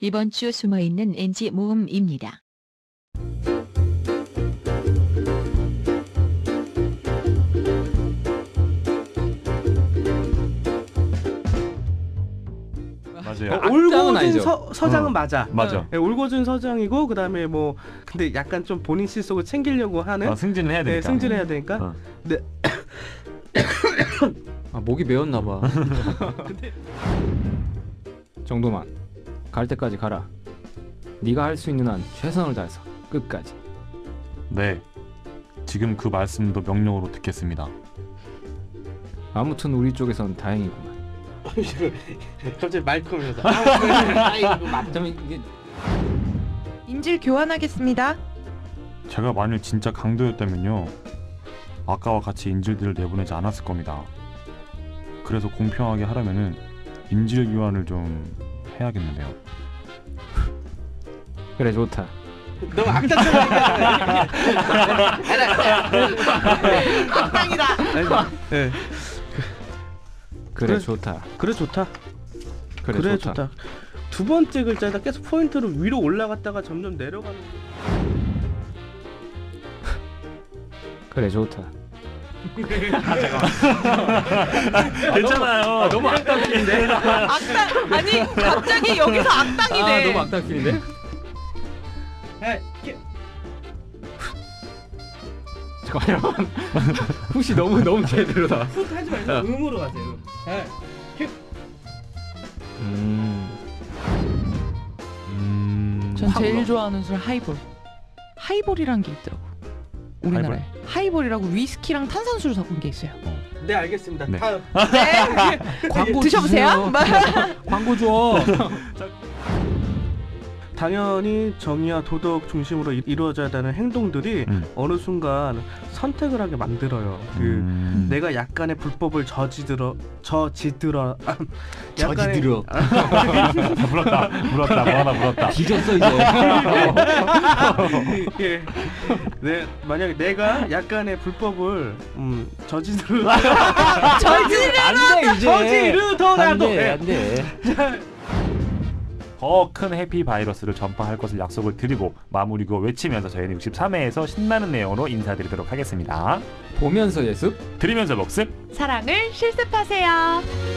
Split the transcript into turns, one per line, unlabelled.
이번 주 숨어있는 NG 모음입니다.
맞아요.
어,
아,
올고준
아니죠.
서, 서장은
어.
맞아.
맞아.
예, 올고준 서장이고 그다음에 뭐 근데 약간 좀 본인 실속을 챙기려고 하는
어, 승진을 해야 되니까.
네, 승진해야 되니까
어.
아 목이 메었나 봐. 정도만 갈 때까지 가라. 네가 할 수 있는 한 최선을 다해서 끝까지.
네. 지금 그 말씀도 명령으로 듣겠습니다.
아무튼 우리 쪽에선 다행이구만.
갑자기 말콤해서 아이고
참 이게
인질 교환하겠습니다.
제가 만일 진짜 강도였다면요. 아까와 같이 인질들을 내보내지 않았을 겁니다. 그래서 공평하게 하려면은 인질 교환을 좀 해야겠는데요.
그래 좋다.
너무 악당처럼
악당이다.
예.
그래,
그래.
좋다.
그래 좋다.
그래, 좋다.
두 번째 글자에다 계속 포인트로 위로 올라갔다가 점점 내려가는
그래 좋다.
괜찮아요. 너무 악담인데.
악당 아니 갑자기 여기서 악당이
네.
돼.
악당필인데?
네,
잠깐만. 혹시 너무 너무 제대로다.
훅 하지
어.
말고 음으로 가세요. 예.
음.
음.
전
뭐?
제일 좋아하는 술 하이볼. 하이볼이란 게 있더라고. 우리나라에. 하이볼? 이라고 위스키랑 탄산수를 섞은 게 있어요.
네 알겠습니다.
네.
다음.
광고
드셔보세요.
주세요. 네.
광고 줘.
당연히 정의와 도덕 중심으로 이- 이루어져야 되는 행동들이
음.
어느 순간 선택을 하게 만들어요. 그
음.
내가 약간의 불법을 저지들어 저지들어 아, 약간의-
저지들어.
그
물었다. 물었다.
네.
뭐 하나 물었다.
뒤졌어 이제.
예. 네, 만약에 내가 약간의 불법을 음, 저지르
아, 안돼 네. 이제.
저지르더라도
안 돼,
예.
안 돼.
더 큰 해피 바이러스를 전파할 것을 약속을 드리고 마무리고 외치면서 저희는 63회에서 신나는 내용으로 인사드리도록 하겠습니다.
보면서 예습.
들으면서 먹습.
사랑을 실습하세요.